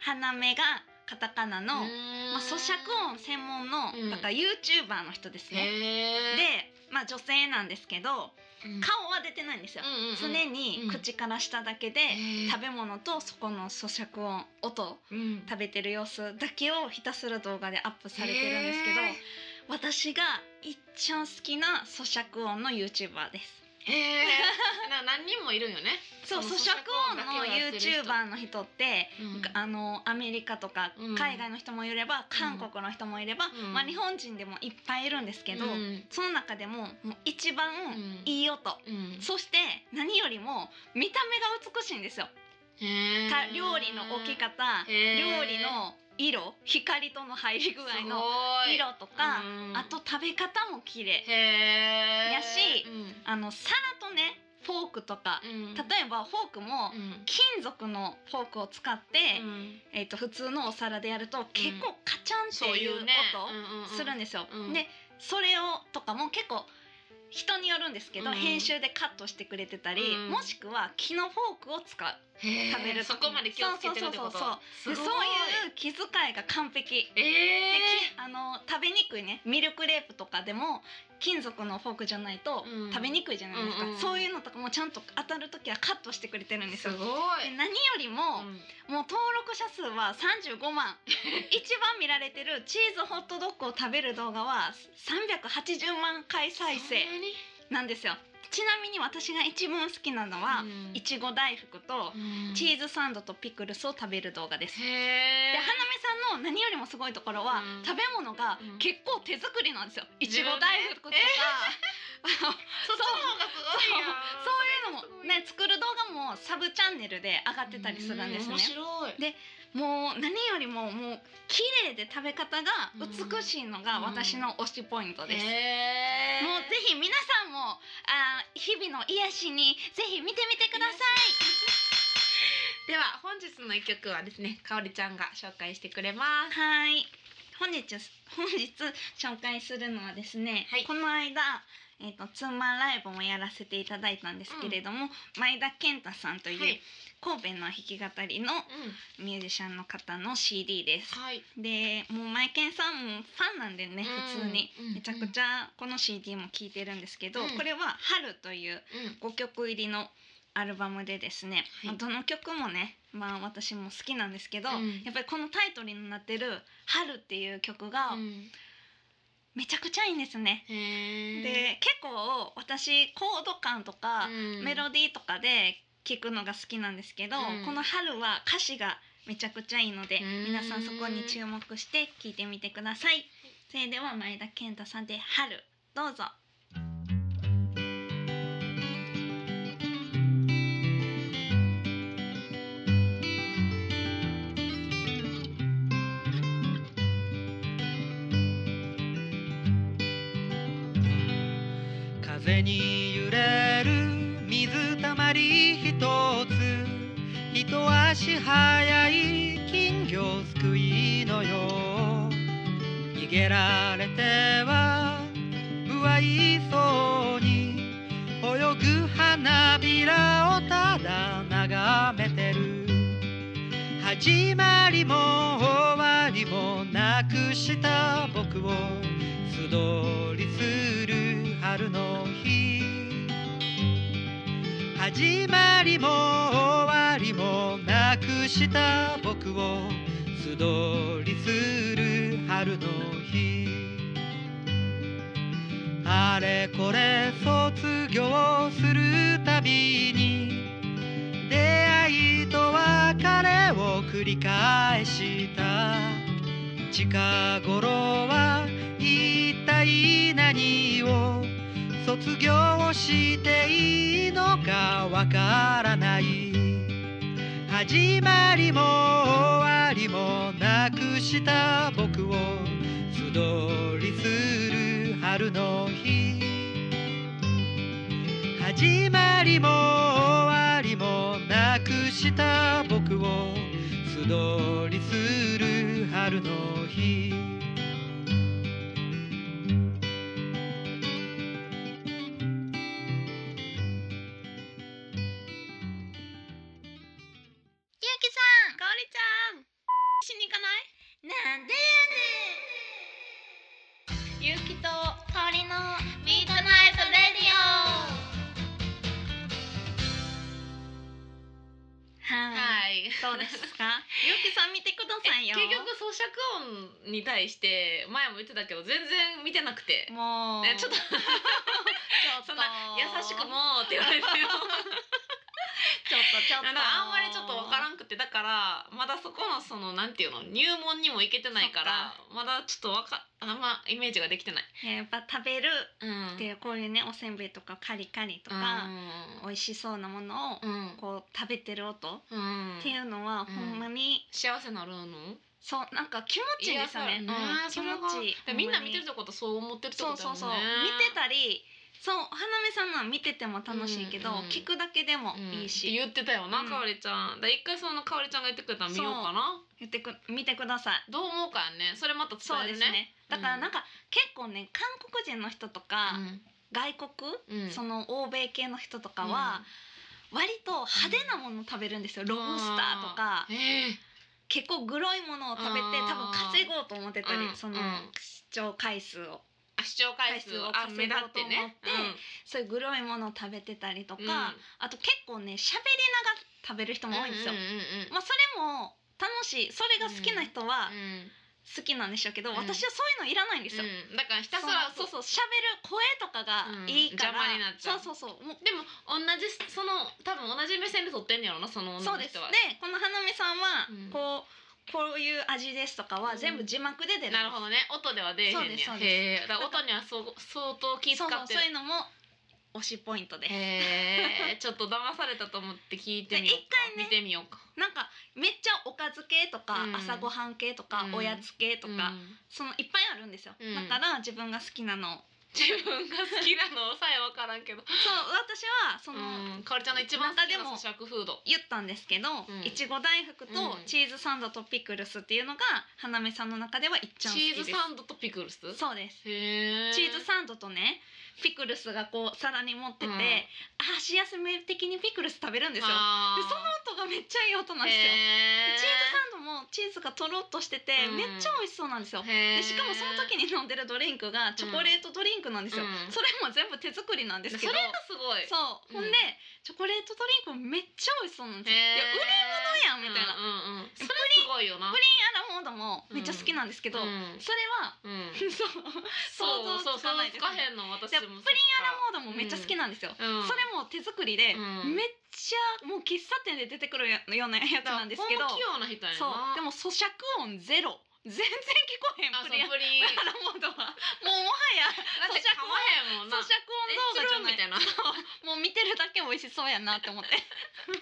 Speaker 1: 花芽がカタカナの、まあ、咀嚼音専門の、
Speaker 2: うん
Speaker 1: だからユーチューバーの人ですね、で
Speaker 2: ね、
Speaker 1: まあ女性なんですけど
Speaker 2: で、うん
Speaker 1: 顔は出てないんですよ、
Speaker 2: うんうんうん、
Speaker 1: 常に口から下だけで、
Speaker 2: うん
Speaker 1: 食べ物とそこの咀嚼音音
Speaker 2: うん
Speaker 1: 食べてる様子だけをひたすら動画でアップされてるんですけど、
Speaker 2: へ
Speaker 1: 私がいっちゃん好きな咀嚼音の YouTuber です
Speaker 2: へえ な何人もいるんよね、
Speaker 1: そう
Speaker 2: そ
Speaker 1: 咀
Speaker 2: の
Speaker 1: 嚼音
Speaker 2: 咀嚼音だけをやってる
Speaker 1: の
Speaker 2: 人
Speaker 1: YouTuber の人って、
Speaker 2: うん
Speaker 1: あのアメリカとか
Speaker 2: うん
Speaker 1: 海外の人もいれば、韓国の人もいれば、
Speaker 2: うん
Speaker 1: まあ、日本人でもいっぱいいるんですけど、
Speaker 2: うん
Speaker 1: その中でももう一番
Speaker 2: うん
Speaker 1: いい音、
Speaker 2: うん、
Speaker 1: そして何よりも見た目が美しいんですよ。
Speaker 2: へー
Speaker 1: た料理の置き方、
Speaker 2: へー
Speaker 1: 料理の色光との入り具合の
Speaker 2: すごい
Speaker 1: 色とか、
Speaker 2: うん
Speaker 1: あと食べ方も綺麗
Speaker 2: へえ
Speaker 1: やし
Speaker 2: うん
Speaker 1: あの皿とねフォークとか、
Speaker 2: うん、
Speaker 1: 例えばフォークも
Speaker 2: うん
Speaker 1: 金属のフォークを使って、
Speaker 2: うん
Speaker 1: えっと普通のお皿でやると結構カチャンっていう
Speaker 2: ね
Speaker 1: 音
Speaker 2: うんうんうん
Speaker 1: するんですよ。
Speaker 2: うん
Speaker 1: でそれをとかも結構人によるんですけど、
Speaker 2: うん
Speaker 1: 編集でカットしてくれてたり、
Speaker 2: うん
Speaker 1: もしくは木のフォークを使う。
Speaker 2: へー
Speaker 1: 食べる時
Speaker 2: そこまで気をつけてるってこと
Speaker 1: そうそうそうそうでそういう気遣いが完璧
Speaker 2: ういう
Speaker 1: で
Speaker 2: えー、
Speaker 1: きあの食べにくいねミルクレープとかでも金属のフォークじゃないと
Speaker 2: うん
Speaker 1: 食べにくいじゃないですか、
Speaker 2: うんうん
Speaker 1: そういうのとかもちゃんと当たる時はカットしてくれてるんです
Speaker 2: す
Speaker 1: よ。
Speaker 2: ごい
Speaker 1: で。何よりも、
Speaker 2: うん
Speaker 1: もう登録者数は35万 一番見られてるチーズホットドッグを食べる動画は380万回再生
Speaker 2: そんなに
Speaker 1: なんですよちなみに私が一番好きなのは、
Speaker 2: うん
Speaker 1: いちご大福と
Speaker 2: うん
Speaker 1: チーズサンドとピクルスを食べる動画です。
Speaker 2: へ
Speaker 1: で、
Speaker 2: ー
Speaker 1: 花芽さんの何よりもすごいところは、
Speaker 2: うん
Speaker 1: 食べ物が
Speaker 2: うん
Speaker 1: 結構手作りなんですよ。いち
Speaker 2: 自
Speaker 1: ご
Speaker 2: 分で
Speaker 1: 大福とか、 あの
Speaker 2: そっちの方がすごいよ
Speaker 1: そういうのもね作る動画もサブチャンネルで上がってたりするんです
Speaker 2: う
Speaker 1: ね
Speaker 2: 面。白い
Speaker 1: もう何よりももう綺麗で食べ方が美しいのが
Speaker 2: うん
Speaker 1: 私の推しポイントです。
Speaker 2: へー
Speaker 1: もうぜひ皆さんもあー日々の癒しにぜひ見てみてください。
Speaker 2: では本日の一曲はですねかおりちゃんが紹介してくれます
Speaker 1: はい。本日本日紹介するのはですね、
Speaker 2: はい
Speaker 1: この間えっ、とツーマンライブもやらせていただいたんですけれども、前田健太さんという
Speaker 2: はい
Speaker 1: 神戸の弾き語りの
Speaker 2: う
Speaker 1: ミュージシャンの方の CD です。
Speaker 2: んはい
Speaker 1: でもうマイケンさんもファンなんでね
Speaker 2: うん
Speaker 1: 普通に
Speaker 2: うん
Speaker 1: めちゃくちゃこの CD も聴いてるんですけど、
Speaker 2: うん
Speaker 1: これは「春」という5曲入りのアルバムでですね、
Speaker 2: はい
Speaker 1: まあどの曲もね、まあ、私も好きなんですけど、
Speaker 2: うん
Speaker 1: やっぱりこのタイトルになってる「春」っていう曲が
Speaker 2: うん
Speaker 1: めちゃくちゃいいんですね。
Speaker 2: へー
Speaker 1: で結構私コード感とか
Speaker 2: うん
Speaker 1: メロディーとかで聴くのが好きなんですけど、
Speaker 2: うん
Speaker 1: この「春」は歌詞がめちゃくちゃいいので、
Speaker 2: うん
Speaker 1: 皆さんそこに注目して聴いてみてください。それでは前田健太さんで「春」どうぞ。
Speaker 3: 風に揺れる水たまり一つ一足早い金魚すくいのよう逃げられては不愛想に泳ぐ花びらをただ眺めてる始まりも終わりもなくした僕を素通りする春の日始まりも終わりもなくした僕を素通りする春の日あれこれ卒業するたびに出会いと別れを繰り返した近頃は一体何を卒業していいのかわからない始まりも終わりもなくした僕を素通りする春の日始まりも終わりもなくした僕を素通りする春の日
Speaker 2: なんでやねんゆうきと香りのミートナイトレディオ
Speaker 1: はい、
Speaker 2: はい
Speaker 1: そうです か。ゆうきさん見てください
Speaker 2: え
Speaker 1: よ。
Speaker 2: 結局咀嚼音に対して前も言ってたけど全然見てなくて、
Speaker 1: もう、
Speaker 2: ね、ちょっと
Speaker 1: ちょっ
Speaker 2: そ
Speaker 1: と
Speaker 2: んな優しくもうって言われ てよ
Speaker 1: ちょっとちょっと
Speaker 2: なんかあんまりちょっと分からんくてだからまだそこのそのなんていうの入門にも行けてないからまだちょっとわかあんまイメージができてない。
Speaker 1: やっぱ食べる
Speaker 2: うん、
Speaker 1: っていうこういうねおせんべいとかカリカリと
Speaker 2: う
Speaker 1: か、
Speaker 2: ん
Speaker 1: 美味しそうなものを
Speaker 2: うん
Speaker 1: こう食べてる音、
Speaker 2: うん
Speaker 1: っていうのはほんまに、
Speaker 2: 幸せなるの
Speaker 1: そうなんか気持ちいいですよね、
Speaker 2: 癒される
Speaker 1: うん気持ちいい
Speaker 2: でみんな見てるっ
Speaker 1: ほ
Speaker 2: てことはそう思ってるって
Speaker 1: ま
Speaker 2: こ
Speaker 1: に
Speaker 2: と
Speaker 1: そ
Speaker 2: だも
Speaker 1: うん
Speaker 2: ね
Speaker 1: そうそう見てたりそう花芽さんのは見てても楽しいけど、
Speaker 2: うんうん
Speaker 1: 聞くだけでもいいし、
Speaker 2: うん言ってたよな、
Speaker 1: うん
Speaker 2: かおりちゃんだ一回そのかおりちゃんが言ってくれたら見ようかな
Speaker 1: 言ってく見てください
Speaker 2: どう思うかやねそれまた
Speaker 1: そう
Speaker 2: 伝え
Speaker 1: で
Speaker 2: る
Speaker 1: す
Speaker 2: ね
Speaker 1: ねだからなんか、結構ね韓国人の人とか、外国、
Speaker 2: うん
Speaker 1: その欧米系の人とかは、割と派手なもの食べるんですよ、ロブスターとか
Speaker 2: うんええ
Speaker 1: 結構グロいものを食べて
Speaker 2: あー
Speaker 1: 多分稼ごうと思ってたり、
Speaker 2: うん
Speaker 1: その
Speaker 2: うん
Speaker 1: 視聴回数を
Speaker 2: あ視聴回数をあ
Speaker 1: 回数を
Speaker 2: 目立ってね
Speaker 1: 稼ごうと思そういうグロいものを食べてたりとか、
Speaker 2: うん
Speaker 1: あと結構ね喋りながら食べる人も多いんですよ。
Speaker 2: うんうんうん
Speaker 1: まあ、それも楽しいそれが好きな人は
Speaker 2: うん
Speaker 1: 好きなんでしょうけど、
Speaker 2: うん
Speaker 1: 私はそういうのいらないんですよ。
Speaker 2: うんだからひたすら
Speaker 1: その
Speaker 2: そう
Speaker 1: そうそう喋る声とかがいいから、
Speaker 2: うん邪魔になっちゃう
Speaker 1: そうそうそうもう
Speaker 2: でも同じその多分同じ目線で撮ってんねやろなその女
Speaker 1: そう
Speaker 2: の
Speaker 1: です
Speaker 2: 人
Speaker 1: で
Speaker 2: は
Speaker 1: この花見さんは
Speaker 2: うん
Speaker 1: こう、こういう味ですとかは全部字幕で出るんです、
Speaker 2: なるほどね音では出えへん
Speaker 1: そう
Speaker 2: ね
Speaker 1: です
Speaker 2: や
Speaker 1: そうです
Speaker 2: へえだから音にはそう相当気使
Speaker 1: そう
Speaker 2: って
Speaker 1: そう
Speaker 2: る
Speaker 1: いうのも推しポイントです
Speaker 2: へえちょっと騙されたと思って聞いてみよ うか
Speaker 1: で一回ね
Speaker 2: 見てみようか
Speaker 1: なんかめっちゃおかず系とか、
Speaker 2: うん
Speaker 1: 朝ごはん系とか、
Speaker 2: うん
Speaker 1: おやつ系とか、
Speaker 2: うん
Speaker 1: そのいっぱいあるんですよ、
Speaker 2: うん
Speaker 1: だから自分が好きなのを
Speaker 2: 自分が好きなのさえ分からんけど
Speaker 1: そう私はその、
Speaker 2: うんかおりちゃんの一番好きな
Speaker 1: 中
Speaker 2: 咀嚼フード
Speaker 1: 言ったんですけど、
Speaker 2: ん
Speaker 1: いちご大福と
Speaker 2: うん
Speaker 1: チーズサンドとピクルスっていうのが花芽さんの中では一番好き
Speaker 2: チ
Speaker 1: で
Speaker 2: ー
Speaker 1: す
Speaker 2: ズサンドとピクルス
Speaker 1: そうです
Speaker 2: へえ
Speaker 1: チーズサンドとねピクルスがこう皿に持ってて、
Speaker 2: うん
Speaker 1: 箸休め的にピクルス食べるんですよで
Speaker 2: あー
Speaker 1: その音がめっちゃいい音なんですよ
Speaker 2: へ
Speaker 1: で
Speaker 2: ー
Speaker 1: チーズサンドもチーズがとろっとしてて、
Speaker 2: うん
Speaker 1: めっちゃ美味しそうなんですよ
Speaker 2: へー
Speaker 1: でしかもその時に飲んでるドリンクがチョコレートドリンクなんですよ、
Speaker 2: うん
Speaker 1: それも全部手作りなんですけ
Speaker 2: そ
Speaker 1: ど
Speaker 2: れがすごい
Speaker 1: そうほんで、
Speaker 2: うん
Speaker 1: チョコレートドリンクめっちゃ美味しそうなんですよ、
Speaker 2: へー
Speaker 1: いや売り物やんみたいな、
Speaker 2: うんうんうんそれすごいよな
Speaker 1: プリンアラモードもめっちゃ好きなんですけど、
Speaker 2: うん
Speaker 1: それは
Speaker 2: うん
Speaker 1: そう
Speaker 2: そうそ
Speaker 1: 想像
Speaker 2: う
Speaker 1: つかないです
Speaker 2: つかへんの私
Speaker 1: でプリン
Speaker 2: も
Speaker 1: アラモードもめっちゃ好きなんですよ、
Speaker 2: うん
Speaker 1: それも手作りで、
Speaker 2: うん
Speaker 1: めっちゃもう喫茶店で出てくるようなやつなんですけど
Speaker 2: ほんま器用な人やねん
Speaker 1: そう
Speaker 2: な
Speaker 1: でも咀嚼音ゼロ全然聞こえへん
Speaker 2: あそ
Speaker 1: プ
Speaker 2: うプ
Speaker 1: リンアラ
Speaker 2: リン
Speaker 1: モードはもうもはや
Speaker 2: だって噛まへんもん
Speaker 1: 咀
Speaker 2: な
Speaker 1: 嚼音動画じゃな
Speaker 2: えチュルンみ
Speaker 1: い
Speaker 2: たいなそう
Speaker 1: もう見てるだけ美味しそうやなって 思って若
Speaker 2: い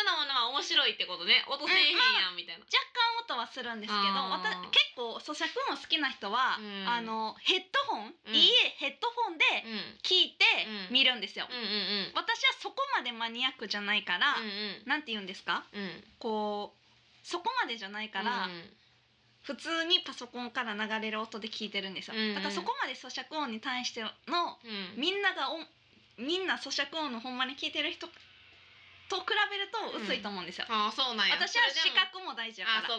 Speaker 2: うのもまあ面白いってことね音せえへんやんみたいな
Speaker 1: 干音はするんですけど
Speaker 2: あー
Speaker 1: わた結構咀嚼音好きな人は、
Speaker 2: うん
Speaker 1: あのヘッドホン、
Speaker 2: うん
Speaker 1: いいヘッドホンで
Speaker 2: うんう
Speaker 1: 聞いて
Speaker 2: うん
Speaker 1: 見るんですよ、
Speaker 2: んうんうん
Speaker 1: 私はそこまでマニアックじゃないから、
Speaker 2: う
Speaker 1: なんて言うんですか
Speaker 2: んうんうん
Speaker 1: こうそこまでじゃないから、
Speaker 2: うん
Speaker 1: 普通にパソコンから流れる音で聞いてるんですよ、
Speaker 2: うんうん
Speaker 1: だからそこまで咀嚼音に対しての
Speaker 2: うん
Speaker 1: みんながおみんな咀嚼音のほんまに聞いてる人と比べると薄いと思うんですよ、
Speaker 2: ああそうなんや
Speaker 1: 私は
Speaker 2: それ
Speaker 1: 視
Speaker 2: でも
Speaker 1: 覚も大事や
Speaker 2: あ
Speaker 1: から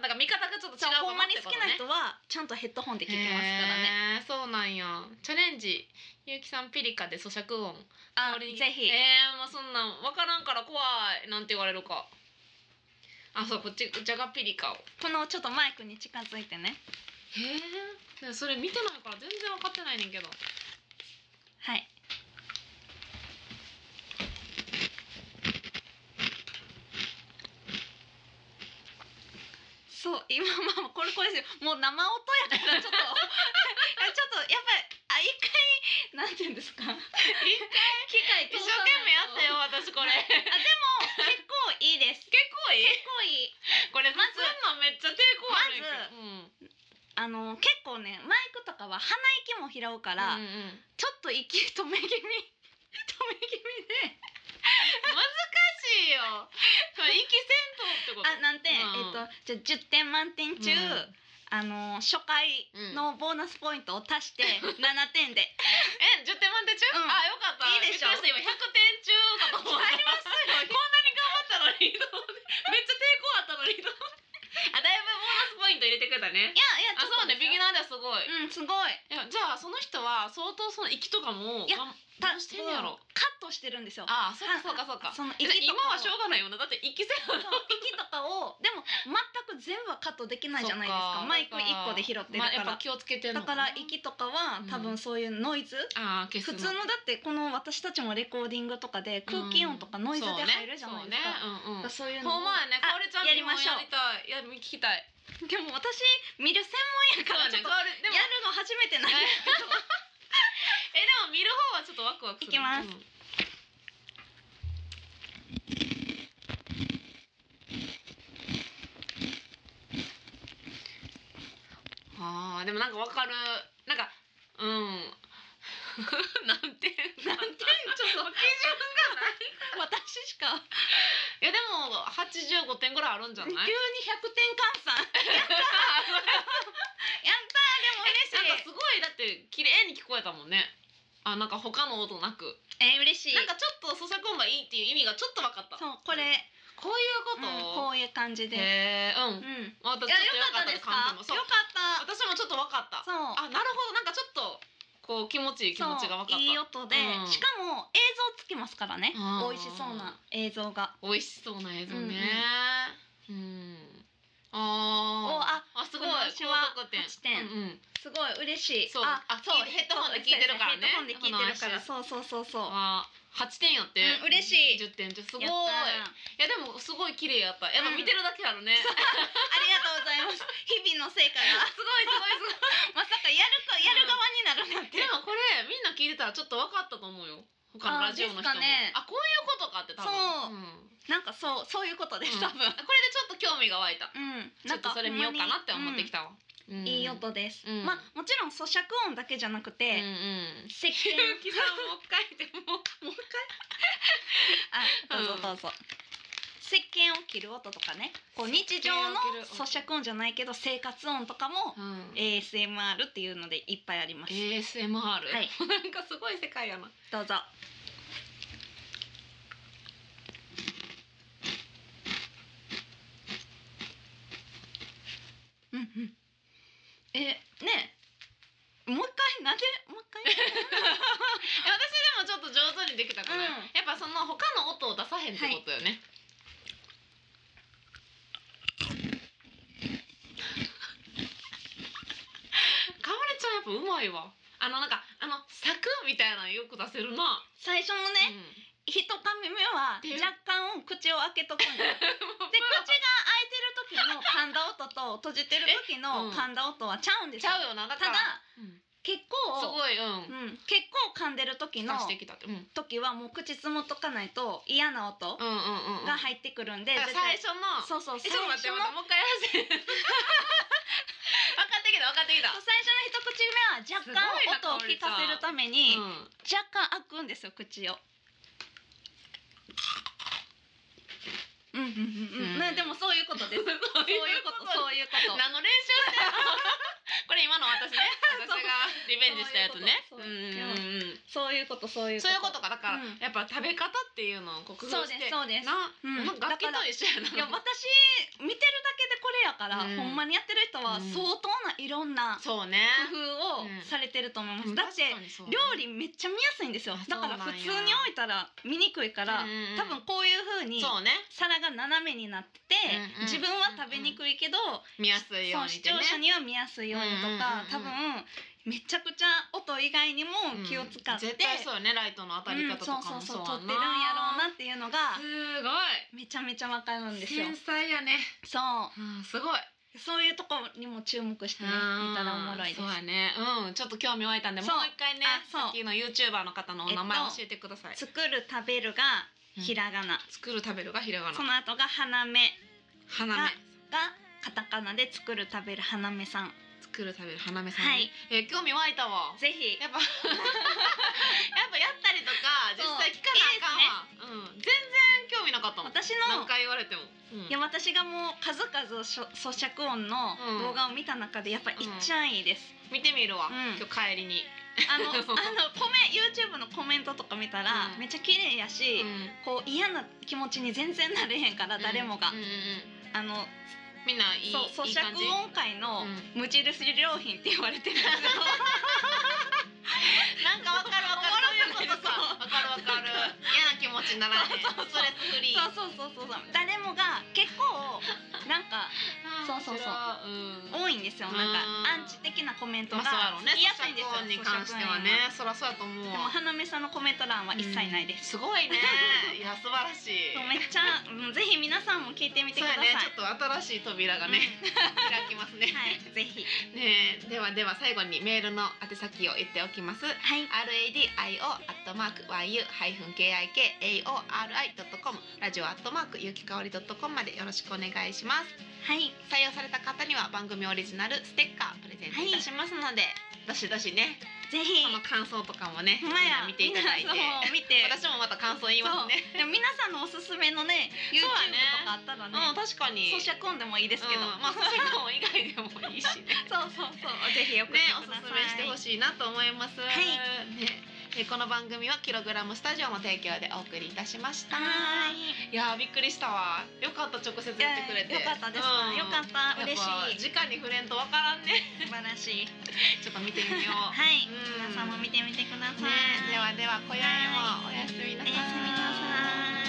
Speaker 2: そっかなんか見方がちょっと
Speaker 1: そう
Speaker 2: 違
Speaker 1: ほ
Speaker 2: う
Speaker 1: んまに好きな人は
Speaker 2: は
Speaker 1: ちゃんとヘッドホンで
Speaker 2: 聞
Speaker 1: 聞きますからね
Speaker 2: ねへーそうなんやチャレンジゆうきさんピリカで咀嚼音
Speaker 1: あ
Speaker 2: 香り
Speaker 1: ぜひ、
Speaker 2: えー、もうそんなん分からんから怖いなんて言われるかあそうこっちじゃがピリカを
Speaker 1: このちょっとマイクに近づいてね
Speaker 2: へえそれ見てないから全然分かってないねんけど
Speaker 1: はいそう今まあこれこれですよもう生音やからちょっと いやちょっとやっぱりあ一回なんて言うんですか
Speaker 2: 一
Speaker 1: 機械
Speaker 2: 一生懸命やったよ私これ
Speaker 1: あでも結構いいです
Speaker 2: 結構いい
Speaker 1: 結構いい
Speaker 2: これま
Speaker 1: ま
Speaker 2: ず
Speaker 1: ず
Speaker 2: のめっちゃ抵抗あるんやけど
Speaker 1: あの結構ねマイクとかは鼻息も拾うか
Speaker 2: う
Speaker 1: ら、
Speaker 2: んうんうん
Speaker 1: ちょっと息止め気味 止め気味で
Speaker 2: 難しいよそれ息せんとってこと
Speaker 1: あなんて、
Speaker 2: うん
Speaker 1: えっ、とじゃあ10点満点中、
Speaker 2: うん
Speaker 1: あの初回のボーナスポイントを足し て7点で、
Speaker 2: え10点満点中、
Speaker 1: うん
Speaker 2: あよかった
Speaker 1: いいでしょ
Speaker 2: びっくりした今100点中か と思ったこんなに頑張ったのにと思ってめっちゃ抵抗あったのにと思ってあだいぶボーナスポイントト入れてくれたね
Speaker 1: いやいや
Speaker 2: あそうねビギ
Speaker 1: ナ
Speaker 2: ナーではすごい、い
Speaker 1: うんすごい
Speaker 2: やじゃあその人は相当その息とかも
Speaker 1: いや
Speaker 2: がんど
Speaker 1: た
Speaker 2: うしてんのやろ
Speaker 1: カットしてるんですよ
Speaker 2: ああそうかそうかそうか
Speaker 1: その息
Speaker 2: え
Speaker 1: とかを
Speaker 2: 今はしょうがないよなだって息せ
Speaker 1: そ
Speaker 2: よ
Speaker 1: う息とかをでも全く全部はカットできないじゃないです
Speaker 2: そっ
Speaker 1: か
Speaker 2: か
Speaker 1: マイク1個で拾ってる
Speaker 2: まあ、や
Speaker 1: か
Speaker 2: っぱ
Speaker 1: ら、
Speaker 2: 気をつけてんの
Speaker 1: だ
Speaker 2: か
Speaker 1: か
Speaker 2: な
Speaker 1: ら息とかは多分そういうノイズ、
Speaker 2: ああ消す
Speaker 1: 普通のだってこの私たちもレコーディングとかで空気音とかノイズで入るじゃないですか、
Speaker 2: そうねそうねうんうん
Speaker 1: そういうの
Speaker 2: ほんまやね
Speaker 1: あ
Speaker 2: かおりちゃん
Speaker 1: やりましょう
Speaker 2: やりたいや聞きたい
Speaker 1: でも私見る専門やからちょっと
Speaker 2: そうねかおりで
Speaker 1: や
Speaker 2: も
Speaker 1: るの初めてなんで
Speaker 2: えでも見る方はちょっとワクワクする
Speaker 1: いきます
Speaker 2: うんあーでもなんかわかるなんかうん なんてなんてちょっと基準がない
Speaker 1: 私し か
Speaker 2: いやでも85点ぐらいあるんじゃ
Speaker 1: 急に100点換
Speaker 2: ない
Speaker 1: 算やったー
Speaker 2: なん
Speaker 1: でも嬉
Speaker 2: か
Speaker 1: しい
Speaker 2: すごいだって綺麗に聞こえたもんねあなんか他の音なく
Speaker 1: えー、嬉しい
Speaker 2: なんかちょっと咀嚼音がいいっていう意味がちょっと分かった
Speaker 1: そうこれ、
Speaker 2: こういうこと、
Speaker 1: うんこういう感じで、
Speaker 2: へえう
Speaker 1: うんんいやよ
Speaker 2: 私ちょっと
Speaker 1: かったで
Speaker 2: 良
Speaker 1: す
Speaker 2: かった
Speaker 1: か
Speaker 2: 感じも
Speaker 1: よ
Speaker 2: そう
Speaker 1: かっ
Speaker 2: 私もちょっと分かった
Speaker 1: たそう
Speaker 2: あなるほどなんかちょっとこう気持ちいい気持ちが分かった
Speaker 1: そういい音で、
Speaker 2: うん
Speaker 1: しかも映像つきますからね
Speaker 2: あー
Speaker 1: 美味しそうな映像が
Speaker 2: 美味しそうな映像ねうん、あー
Speaker 1: おあ
Speaker 2: あすごい
Speaker 1: この私は
Speaker 2: 高得点
Speaker 1: 8点
Speaker 2: うんうん、
Speaker 1: すごい嬉しい
Speaker 2: そうあ聞いてヘッドホンで聞いてるからね
Speaker 1: そうですヘッドホンで聞いてるから
Speaker 2: こ
Speaker 1: そうそうそうそう
Speaker 2: あ8点やって、
Speaker 1: うん嬉しい
Speaker 2: 10点じゃすごいい
Speaker 1: やったー
Speaker 2: やでもすごい綺麗やったやっ
Speaker 1: うん
Speaker 2: ぱ見てるだけやろね、
Speaker 1: ありがとうございます日々の成果が
Speaker 2: すごいすごいすごい
Speaker 1: まさかやるかやる側になるなんて
Speaker 2: でもこれみんな聞いてたらちょっと分かったと思うよ他のラジオの人も
Speaker 1: あですかね
Speaker 2: あこういうことかって多分
Speaker 1: そう
Speaker 2: うん
Speaker 1: なんかそうそういうことです、
Speaker 2: うん
Speaker 1: 多分
Speaker 2: これでちょっと興味が湧いた
Speaker 1: うん
Speaker 2: ちょっとそれ見ようかなって思ってき
Speaker 1: た、
Speaker 2: たわ、うん
Speaker 1: うんいい音です、
Speaker 2: うん
Speaker 1: まあもちろん咀嚼音だけじゃなく
Speaker 2: うんう
Speaker 1: て、
Speaker 2: ん
Speaker 1: 石鹸
Speaker 2: ゆうきさんもう一回でも
Speaker 1: あどう
Speaker 2: うん
Speaker 1: ぞどうぞ、石鹸を切る音とかねこう日常の
Speaker 2: 石鹸を切
Speaker 1: 咀嚼音じゃないけど生活音とかも
Speaker 2: う、ん
Speaker 1: ASMR っていうのでいっぱいあります、
Speaker 2: ASMR、
Speaker 1: い
Speaker 2: なんかすごい世界やな
Speaker 1: どうぞうんうんえねえもう一回なんでもう一回
Speaker 2: いや私でもちょっと上手にできたか
Speaker 1: うん
Speaker 2: な、やっぱその他の音を出さへんってことよね、かおりちゃんやっぱうまいわあのなんかあのサクッみたいなのよく出せるな、
Speaker 1: 最初のね、一噛み目は
Speaker 2: で
Speaker 1: 若干口を開けとく んだよで
Speaker 2: うん、
Speaker 1: 口が開いてる時の噛んだ音と閉じてる時の噛んだ音はちゃうんです
Speaker 2: ち
Speaker 1: よ、
Speaker 2: ゃうよなだ
Speaker 1: た
Speaker 2: か
Speaker 1: だ
Speaker 2: らうん
Speaker 1: 結
Speaker 2: す
Speaker 1: 構
Speaker 2: ごいうん
Speaker 1: うん、結構噛んでる時
Speaker 2: 出
Speaker 1: の
Speaker 2: してきたって、うん、うんうん
Speaker 1: 時はもう口つもっとかないと嫌な音、
Speaker 2: うんうん
Speaker 1: が入ってくるんで、
Speaker 2: だから
Speaker 1: 絶
Speaker 2: 最
Speaker 1: 対
Speaker 2: 初の
Speaker 1: そうそう
Speaker 2: え
Speaker 1: 最
Speaker 2: ちょっと待って
Speaker 1: 初の
Speaker 2: 待ってもう一回や らせて分かってきた分かってきた
Speaker 1: そう最初の一口目は若干音を
Speaker 2: すごいな
Speaker 1: 聞かせるために、
Speaker 2: うん
Speaker 1: 若干開くんですよ口を。うんうんうんうん、
Speaker 2: うん
Speaker 1: ねでもそういうことです。 そういうことそういうこと。
Speaker 2: 何の練習してんのこれ今の 私ね私
Speaker 1: そう
Speaker 2: がリベンジしたやつね
Speaker 1: そううそ
Speaker 2: ん
Speaker 1: う
Speaker 2: うんうん
Speaker 1: そういうことそういうこと。
Speaker 2: そういうことかだから、
Speaker 1: うん
Speaker 2: やっぱ食べ方っていうのを克服
Speaker 1: そう
Speaker 2: し
Speaker 1: で
Speaker 2: て
Speaker 1: すそうです。
Speaker 2: な、
Speaker 1: うん
Speaker 2: なんか楽器と一緒や
Speaker 1: いや
Speaker 2: な
Speaker 1: 私見てるだけでこれやから、
Speaker 2: うん
Speaker 1: ほんまにやってる人は
Speaker 2: うん
Speaker 1: 相当ないろんな
Speaker 2: そうね
Speaker 1: 工夫をされてると思います。だって料理めっちゃ見やすいんですよ
Speaker 2: あ
Speaker 1: だから
Speaker 2: そうなんや
Speaker 1: 普通に置いたら見にくいから、
Speaker 2: うんうんうん
Speaker 1: 多分こういう風
Speaker 2: 理
Speaker 1: に
Speaker 2: そうね
Speaker 1: 皿が斜めになってて、
Speaker 2: うんうん
Speaker 1: 自分は食べにくいけど、
Speaker 2: 見やすいよ
Speaker 1: そうう視
Speaker 2: に
Speaker 1: 聴
Speaker 2: ね
Speaker 1: 者には見やすいようにとか、
Speaker 2: うんうん
Speaker 1: 多分めちゃくちゃ音以外にも
Speaker 2: うん
Speaker 1: 気を使って、
Speaker 2: 絶対そうよねライトの当たり
Speaker 1: うん
Speaker 2: 方と
Speaker 1: そう
Speaker 2: か
Speaker 1: そ
Speaker 2: も
Speaker 1: うそ
Speaker 2: そう
Speaker 1: う
Speaker 2: や
Speaker 1: 撮ってるんやろうなっていうのが
Speaker 2: す
Speaker 1: めちゃめちゃわかるんです
Speaker 2: ごい
Speaker 1: よ
Speaker 2: 繊。細やね
Speaker 1: そ
Speaker 2: うんすごいう
Speaker 1: そういうとこにも注目してね見たらおもろいです
Speaker 2: そう。やねうんちょっと興味湧いたんでもう
Speaker 1: そう
Speaker 2: 一回ね
Speaker 1: あそう
Speaker 2: さっきの YouTuber の方のお名前
Speaker 1: えっと
Speaker 2: 教えてください、
Speaker 1: 作る食べるがひらがな、
Speaker 2: 作る食べるがひらが
Speaker 1: そ
Speaker 2: な
Speaker 1: の後が花芽
Speaker 2: 花
Speaker 1: が
Speaker 2: 芽
Speaker 1: がカタカナで作る食べる花芽さん
Speaker 2: 作る食べる花芽さんね、
Speaker 1: はい
Speaker 2: えー興味湧いたわ
Speaker 1: ぜひ
Speaker 2: やっぱやっぱやったりとか実際聞かなあかんわうん、全然興味なかったもん
Speaker 1: 私
Speaker 2: 何
Speaker 1: の
Speaker 2: 回言われても、うん
Speaker 1: いや私がもう数々しょ咀嚼音の
Speaker 2: う
Speaker 1: 動
Speaker 2: ん
Speaker 1: 画を見た中でやっぱ一番いいです、
Speaker 2: 見てみるわ、
Speaker 1: うん
Speaker 2: 今日帰りに、
Speaker 1: あのあのコメ YouTube のコメントとか見たら、
Speaker 2: うん
Speaker 1: めっちゃ綺麗やし、
Speaker 2: うん
Speaker 1: こう嫌な気持ちに全然なれへんから誰もが、
Speaker 2: うんうんうん
Speaker 1: あの
Speaker 2: みんないい
Speaker 1: そう咀
Speaker 2: いい
Speaker 1: 嚼
Speaker 2: 感じ
Speaker 1: 音階の
Speaker 2: うん
Speaker 1: 無印良品って言われてるんですよ
Speaker 2: なんかわかるわかるそういうことかわかるわかる嫌な気持ちにならない
Speaker 1: そうそうそう
Speaker 2: ストレスフリー
Speaker 1: そうそうそうそうそう誰もが結構なんか
Speaker 2: あー
Speaker 1: そうそうそう
Speaker 2: 面
Speaker 1: 多いんで
Speaker 2: 白いうん
Speaker 1: すよなんかアン
Speaker 2: うん
Speaker 1: チ的なコメント
Speaker 2: ま
Speaker 1: が
Speaker 2: あそうやろう
Speaker 1: 言
Speaker 2: ね
Speaker 1: いやすいんですよ
Speaker 2: 咀嚼音に関してはねそらそうやと思う
Speaker 1: 咀嚼音やなでも花芽さんのコメント欄は一切ないです、
Speaker 2: すごいねいや素晴らしい
Speaker 1: めっちゃもうぜひ皆さんも聞いてみて
Speaker 2: そ
Speaker 1: く
Speaker 2: う
Speaker 1: ださ
Speaker 2: や
Speaker 1: い、
Speaker 2: ねちょっと新しい扉がね開きますね
Speaker 1: はいぜひ
Speaker 2: ねえではでは最後にメールの宛先を言っておきます
Speaker 1: はい
Speaker 2: radio アットマーク yu-kikaori.com ラジオアットマークゆきかおり .com までよろしくお願いします
Speaker 1: はい
Speaker 2: 採用された方には番組オリジナルステッカープレゼントいたしますので、どしどしね
Speaker 1: ぜひ
Speaker 2: その感想とかもね
Speaker 1: ほんまや
Speaker 2: みんな見ていただいて
Speaker 1: みんなそう見て
Speaker 2: 私もまた感想言いますね
Speaker 1: そうでも皆さんのおすすめのね YouTube
Speaker 2: そうやね
Speaker 1: とかあったら
Speaker 2: う
Speaker 1: ね
Speaker 2: ん確かに
Speaker 1: 咀嚼音でもいいですけど、
Speaker 2: うんまあ咀嚼音以外でもいいしね
Speaker 1: そうそうそうぜひよく
Speaker 2: ね、おすすめしてほ
Speaker 1: しい
Speaker 2: しいなと思います。
Speaker 1: い
Speaker 2: ね、えこの番組はキログラムスタジオの提供でお送りいたしました。。
Speaker 1: はいい
Speaker 2: やー、びっくりしたわ。よかった、直接言っ
Speaker 1: いや
Speaker 2: てくれて。
Speaker 1: よかったです、
Speaker 2: うん
Speaker 1: よかった嬉しい
Speaker 2: やっぱ直に触れんとわからんね。
Speaker 1: 素晴らしい
Speaker 2: ちょっと見てみよう。
Speaker 1: はい、
Speaker 2: うん
Speaker 1: 皆さんも見てみてください、
Speaker 2: ね、ではでは、今宵もおやすみな
Speaker 1: お
Speaker 2: さ
Speaker 1: やすみ
Speaker 2: い。
Speaker 1: なさい